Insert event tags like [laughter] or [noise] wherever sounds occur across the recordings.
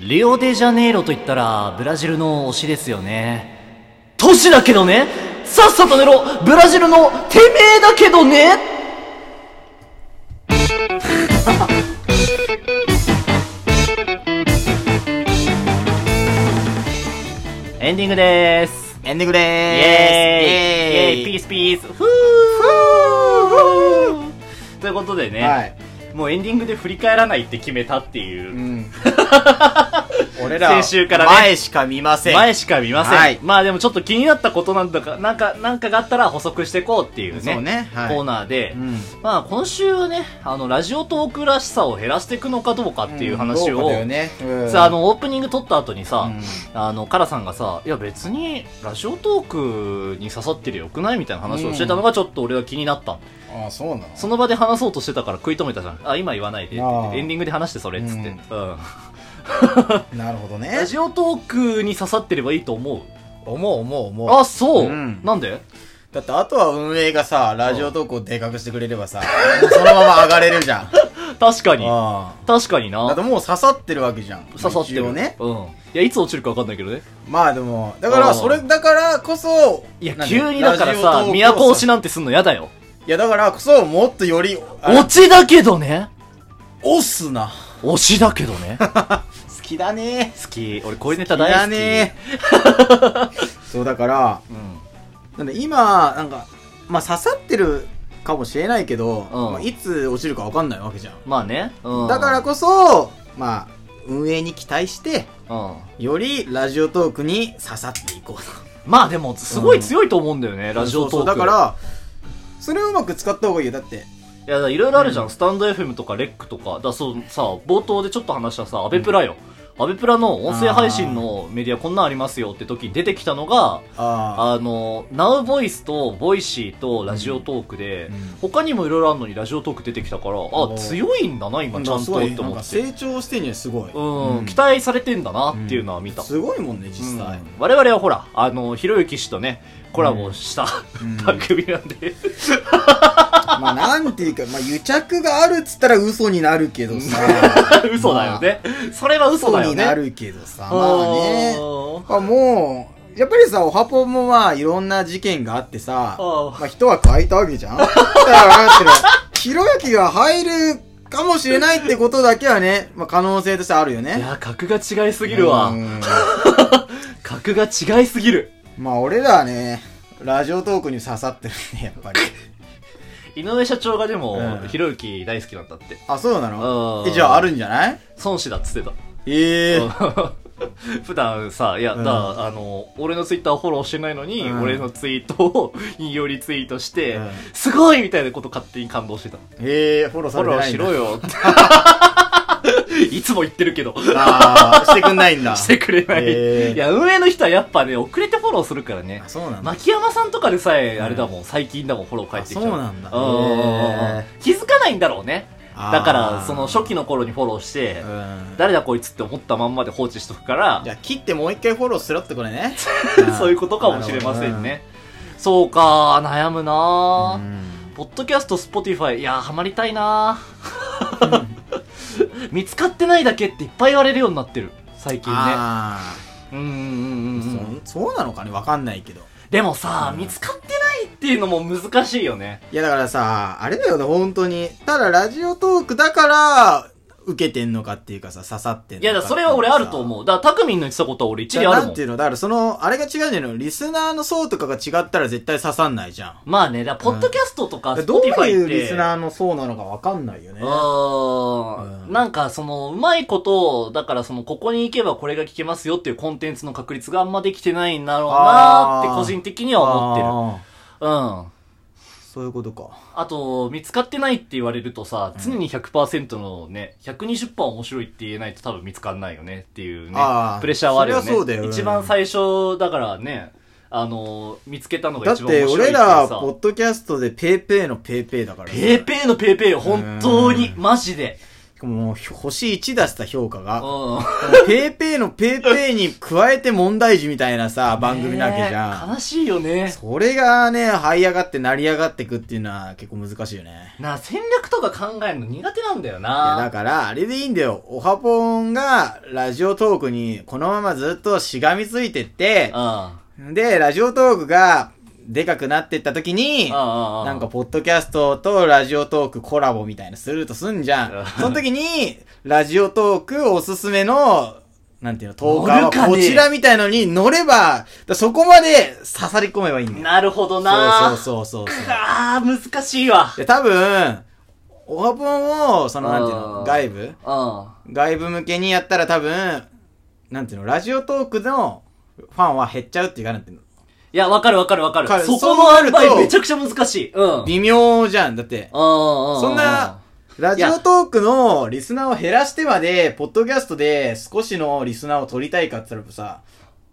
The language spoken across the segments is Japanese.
リオデジャネイロと言ったら、ブラジルの推しですよね。都市だけどねさっさと寝ろブラジルのてめえだけどねエンディングですエンディングでーイすエーイイエーイピーススピースふー [laughs] ということでね、はい、もうエンディングで振り返らないって決めたっていうう、ん、俺ら先週からね前しか見ません前しか見ません、はいまあでもちょっと気になったことなんだかなんかなんかがあったら補足していこうっていうねそうねはいコーナーで、うんまあ今週はねあのラジオトークらしさを減らしていくのかどうかっていう話どを、うかだよねうんさあのオープニング撮った後にさ、うんあのカラさんがさ「いや別にラジオトークに刺さってるよくない?」みたいな話をしてたのがちょっと俺は気になった、ああそうなのその場で話そうとしてたから食い止めたじゃんあ今言わないでって言っあてーエンディングで話してそれっつって、うんなるほどねラジオトークに刺さってればいいと思う思う思う思うあ、そう、うんなんでだってあとは運営がさラジオ投稿をでかくしてくれればさそのまま上がれるじゃん確かに。あ確かにあだっなて。もう刺さってるわけじゃん刺さって一応る。ねうん。いや、いつ落ちるか分かんないけどね。まあでもだかああらそれだからこそいやな、んで急にだからラジオさ投、稿都落ちいなんてすんのやだよ。やだからこそもっとよりあ落ちだけどね。押すな推しだけどね。 [laughs] 好きだね好き。俺、こういうネタ大好き。ね [laughs] そうだからうなんで今なんかまあ刺さってるかもしれないけど、うんまあいつ落ちるかわかんないわけじゃん、ん。まあね。うん。だからこそまあ運営に期待してうん。よりラジオトークに刺さっていこうとまあでも、すごい強いと思うんだよね、ラジオトーそうそうク。だか。らそれをうまく使った方がいいよだっていや、だからいろいろあるじゃん。スタンド FM とか、レックとか。だからそう、さ、冒頭でちょっと話したさ、アベプラよ。アベプラの音声配信のメディアこんなんありますよって時に出てきたのが、あああの、ナウボイスとボイシーとラジオトークで、うんうん他にもいろいろあるのにラジオトーク出てきたから、あ、ー強いんだな、今、ちゃんとって思って。成長してんねすごいうん、期待されてんだなっていうのは見た。すごいもんね実うん際、我々はほら、あの、ひろゆき氏とね、コラボした、ん [laughs] 番組なんで、まあなんていうか、まあ癒着があるっつったら嘘になるけどさ [laughs] 嘘だよね。それは嘘だ嘘よにね。なるけどさ、あまあねーまあもう、やっぱりさ、おはぽもまあ、いろんな事件があってさ、ああまあ人は変えたわけ [laughs] じゃんだから分かってる。ひろゆきが入るかもしれないってことだけはね、まあ可能性としてあるよね。いや、格が違いすぎるわう。ん格が違いすぎる。まあ俺らはね、ラジオトークに刺さってるね、やっぱり。井上社長がでもう、んひろゆき大好きなんだって。あ、そうなのうんえじゃああるんじゃない孫子だっつってた。ええ [laughs] 普段さ、いや、うだんからあの、俺のツイッターをフォローしてないのに、うん俺のツイートを引用リツイートして、うんすごいみたいなこと勝手に感動してた。ええフォローフォされロてーないしんだろよ [laughs] って。いつも言ってるけど、ああ、してくんないんだ。してくれない。へえいや、運営の人はやっぱね、遅れてフォローするからねあ、。そうなんだ。牧山さんとかでさえ、あれだもん、最近だもん、フォロー返ってきたのあそうなんだうんうんうんうんへ気づかないんだろうね。あーだから、その初期の頃にフォローして、うん。誰だこいつって思ったまんまで放置しとくから。じ、ゃあ切ってもう一回フォローすろってこれね [laughs] そういうことかもしれませんね。そうか、悩むなるほなどね。ぁうんポッドキャスト、スポティファイ、いやー、ハマりたいな [laughs] ぁ見つかってないだけっていっぱい言われるようになってる。最近ね。あうんうんうんうあ、んうん。そそうなのかねわかんないけど。でもさ、うん見つかってないっていうのも難しいよね。いやだからさ、あれだよね、本当に。ただラジオトークだから、受けてんのかっていうかさ、刺さってんのいかや、だからそれは俺あるとう。思う。だから、たくみんの言ってたことは俺一じ理ゃああるなもんんてい。うのだからその、あれが違うんじゃないのリスナーの層とかが違ったら絶対刺さんないじゃん。まあね、だからポッドキャストとか、スどポうティファイって。いうリスナーの層なのかわかんないよね。う。うんんなんか、その、うまいことを、だからその、ここに行けばこれが聞けますよっていうコンテンツの確率があんまできてないんだろうなーってあー個人的には思っ思ってる。てる。うん。そういうことか。あと、見つかってないって言われるとさ、常に100%のね、120%面白いって言えないと多分見つかんないよねっていうねあ、ープレッシャーはあるよね。そりゃそうだようん一番最初、だからね、あの、見つけたのがだっ一番面白いてって俺さら、ポッドキャストでペーペーのペーペーだからね。ペーペーのペーペーよ、本当に、マジで。もう、星1出した評価が、うペーペーのペーペーに加えて問題児みたいな [laughs] さ、番組なわけじゃん。悲しいよね。それがね、這い上がって成り上がってくっていうのは結構難しいよね。なあ、戦略とか考えるの苦手なんだよいや、だな。から、あれでいいんだよ。オハポンが、ラジオトークに、このままずっとしがみついてって、で、ラジオトークが、でかくなってった時に、ななんか、、ポッドキャストとラジオトークコラボみたいなするとすんじゃうんん。その時に、ラジオトークおすすめの、なんていうの、トーカーは乗るかねこちらみたいのに乗れば、だからそこまで刺さり込めばいいんだよ。なるほどな。うそうそうそうそう。あー、難しいわ。で、多分、オハポンを、その、なんていううの、ん外部う外部向けにやったら多分、なんていうの、ラジオトークのファンは減っちゃうっていうか、なんていうの、ん。いや、わかるわかるわかるか。るそこそうのなアるルとバイめちゃくちゃ難しい。うん。うん。微妙じゃん。だって、そそんな、、ラジオトークのリスナーを減らしてまで、ポッドキャストで少しのリスナーを取りたいかって言ったらさ、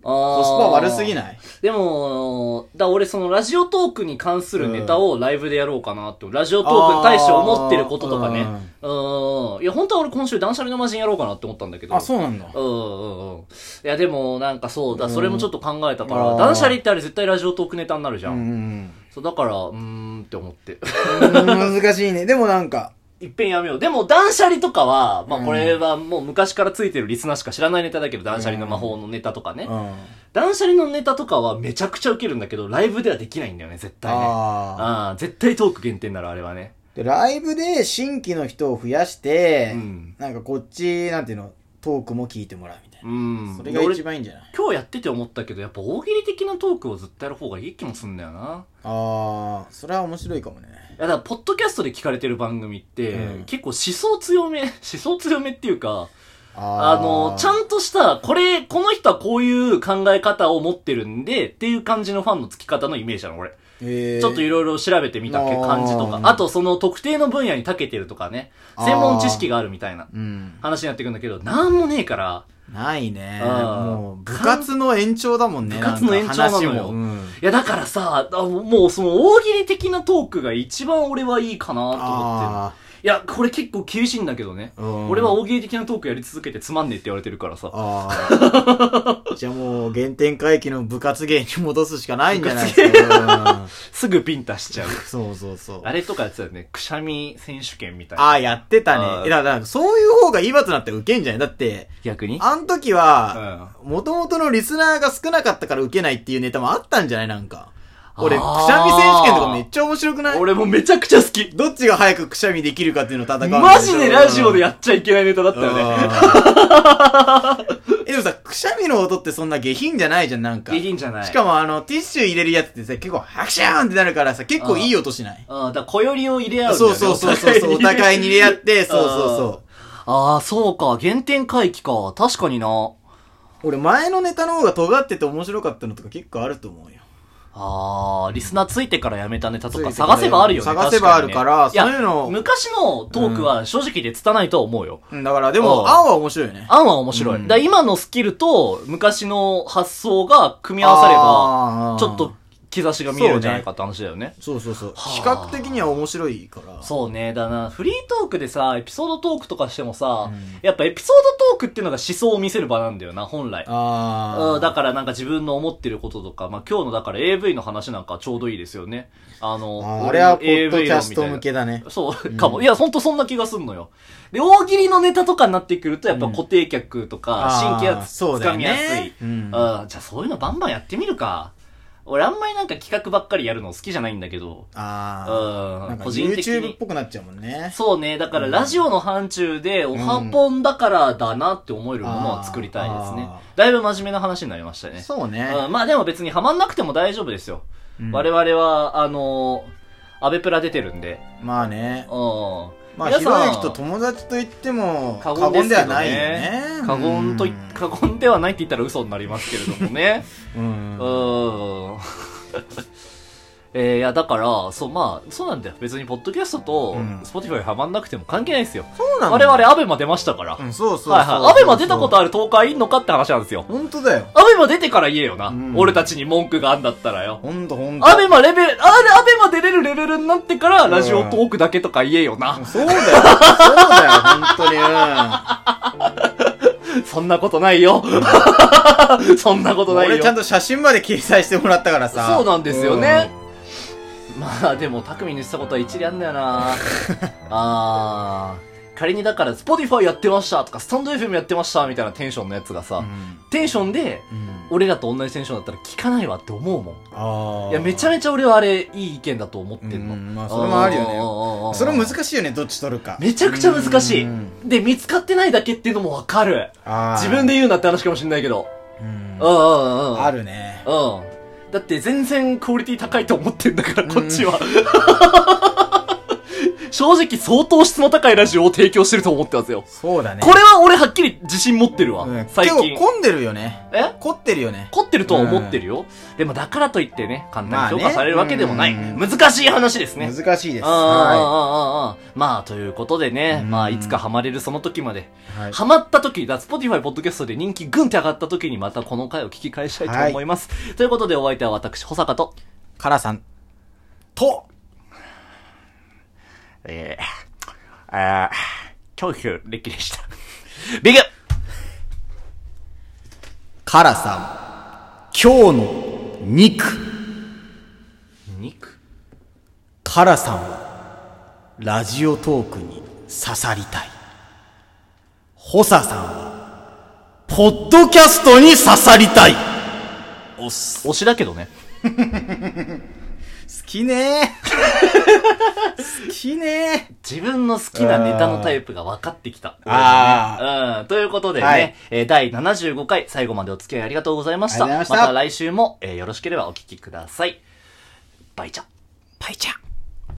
ココスパ悪すぎいないでも、だ俺そのラジオトークに関するネタをライブでやろうかなって、ラジオトークに対して思ってることとかね。うん。いや、本当は俺今週断捨離の魔人やろうかなって思ったんだけど。あ、そうなんだ。うんうんうん。いや、でも、なんかそうだ、うんそれもちょっと考えたから、あー断捨離ってあれ絶対ラジオトークネタになるじうゃんん。うんそう、だから、うーんって思って。うん。難しいね。でもなんか、いっぺんやめよう。でも、断捨離とかは、まあこれはもう昔からついてるリスナーしか知らないネタだけど、断捨離の魔法のネタとかね。うん。断捨離のネタとかはめちゃくちゃウケるんだけど、ライブではできないんだよね、絶対ね。ああ。ああ、絶対トーク限定になる、あれはね。で、ライブで新規の人を増やしてう、ん。なんかこっち、なんていうの、トークも聞いてもらうみたいうな。ん。それが俺一番いいんじゃない今日やってて思ったけど、やっぱ大喜利的なトークをずっとやる方がいい気もすんだよな。ああ、それは面白いかもね。いや、だから、ポッドキャストで聞かれてる番組って、うん結構思想強め、思 [laughs] 想強めっていうか、ああの、ちゃんんとした、これ、この人はこういう考え方を持ってるんで、っていう感じのファンの付き方のイメージなの、俺。ちちょっといろいろ調べてみたけあー感じとか、あとその特定の分野に長けてるとかね、専門知識があるみたいなうん。話になってくるんだけど、なんもねえから、ないね。うんもう、部活の延長だもんね。部活の延長なのよんか話もうんいやだからさ、あもうその大喜利的なトークが一番俺はいいかなと思ってある。いや、これ結構厳しいんだけどね。ーうん俺は大喜利的なトークやり続けてつまんねえって言われてるからさ。あ [laughs] ーじゃあもう、原点回帰の部活芸に戻すしかないんじゃないですか。すぐピンタしちゃうう。んそうそうそう。あれとかやってたよね。くしゃみ選手権みたいな。ああ、やってたねあー。えだから、そういう方がいいわとなって受けんじゃないだって、逆にあん時は、元々のリスナーが少なかったから受けないっていうネタもあったんじゃないなんか。俺、くしあーゃみ選手権とかめっちゃ面白くない俺もめちゃくちゃ好き。どっちが早くくしゃみできるかっていうのを戦う。マジでラジオでやっちゃいけないネタだったよね。うん [laughs] え、でもさ、くしゃみの音ってそんな下品じゃないじゃん、な [laughs] んか。下品じゃない。しかもあの、ティッシュ入れるやつってさ、結構、ハクシャーンってなるからさ、結構いい音しない。うん、だから小寄りを入れ合うんだよそうね。そうそうそう [laughs] そう、お互いに入れ合って、そうそうそう。ああ、そうか。原点回帰か。確かにな。俺、前のネタの方が尖ってて面白かったのとか結構あると思うよ。ああ、リスナーついてからやめたネタとか探せばあるよね。探せばあるから確にねそういうのをや昔のトークは正直で拙いとは思うよ。うんだから、でうんも、青は面白いよね。案は面白い。うんだから今のスキルと昔の発想が組み合わされば、あーちょっと、兆しが見えるんじゃないかって話だよね。そうそうそう。はあ比較的には面白いから。そうね。だな、フリートークでさ、エピソードトークとかしてもさ、うんやっぱエピソードトークっていうのが思想を見せる場なんだよな、本来。あうあ。ん、だからなんか自分の思ってることとか、まあ、今日のだから AV の話なんかちょうどいいですよね。あの、あーあれは、ポ俺ッのド AV キャスト向論みたいけだねな。。そう、かも。いや、ほんとそんな気がすんのよ。で、大喜利のネタとかになってくると、やっぱうん固定客とか、新規やつ、そうだ掴よみねやすい。ううんん、じゃあそういうのバンバンやってみるか。俺あんまりなんか企画ばっかりやるの好きじゃないんだけど、うんああ。なんか個人的に YouTube っぽくなっちゃうもんね。そうね。だから、うんラジオの範疇で、おはぽんだからだなって思えるものは作りたいですねあ。だいぶ真面目な話になりましたね。そうね。うんまあでも別にハマんなくても大丈夫ですよ。うん我々は、あのー、アベプラ出てるんで。まあねうん。。まあ、皆ひろさんゆきと友達と言っても、過過言言でですけはどないよねね。。過言とい、うん過言ではないって [laughs] 言ったら嘘になりますけれどもね。う。うんん。 [laughs] えー、いや、だから、そう、まあ、そうなんだよ。別に、ポッドキャストとうん、スポティファイはまんなくても関係ないですよ。そうなの我々、アベマ出ましたから。うん、そうそうそう。はいはい。アベマ出たことあある東海いんのかって話なんですよ。本当だよ。アベマ出てから言えよな。うん俺たちに文句があんだったらよ。ほんとほんと。アベマレベル、あれ、アベマ出れるレベルになってから、ラジオトークだけとか言えよな。そうだよ。そうだよ、本当に。うそんなことない [laughs] よ。そんなことん。ないよ。俺ちゃんと写真まで掲載してもらったからさ。そうなんですよね。まあでも、匠の言ってたことは一理あんだよなあー。仮にだから、スポティファイやってましたとか、スタンド FM やってましたみたいなテンションのやつがさ、うん。うん。テンションで、うん俺らと同じテンションだったら聞かないわって思うもん。ああ。いや、めちゃめちめちゃ俺はあれ、いい意見だと思ってんの。うんまあそれもあるよねねそれ難しいよね、どっち取るか。めちゃくちゃ難しいうん。で、見つかってないだけっていうのもわかる。あー自分で言うなって話かもしんないけど。うんうんうんうん。あるね。うん。だって全然クオリティ高いと思ってんだから、こっちは。 [laughs] 正直相当質の高いラジオを提供してると思ってますよ。そうだね。これは俺はっきり自信持ってるわ。うん最近結。構混んでるよね。え凝ってるよね。凝ってるとは思ってるよ。でもだからといってね、簡単に評価まあねされるわけでもない。うん難しい話ですね。難しいです。ああはああああまあ、ということでね、うんまあ、いつかハマれるその時まで、い。はいハマった時、だ、Spotify ポッドキャストで人気グンって上がった時にまたこの回を聞き返したいと思います。ということでお相手は私、保坂と、カラさん。と、えー、あー、長州力でした。ビッグカラさん。今日の肉。肉カラさんは、ラジオトークに刺さりたい。ホサさんは、ポッドキャストに刺さりたい。おっす。推しだけどね。好きね [laughs] ー好きねー自分の好きなネタのタイプが分かってきた。あうん。ということでね、はいえー第75回、最後までお付き合いありがとうございました。ありがとうございましたた来週も、えーよろしければお聞きください。バイチャ。バイチャ。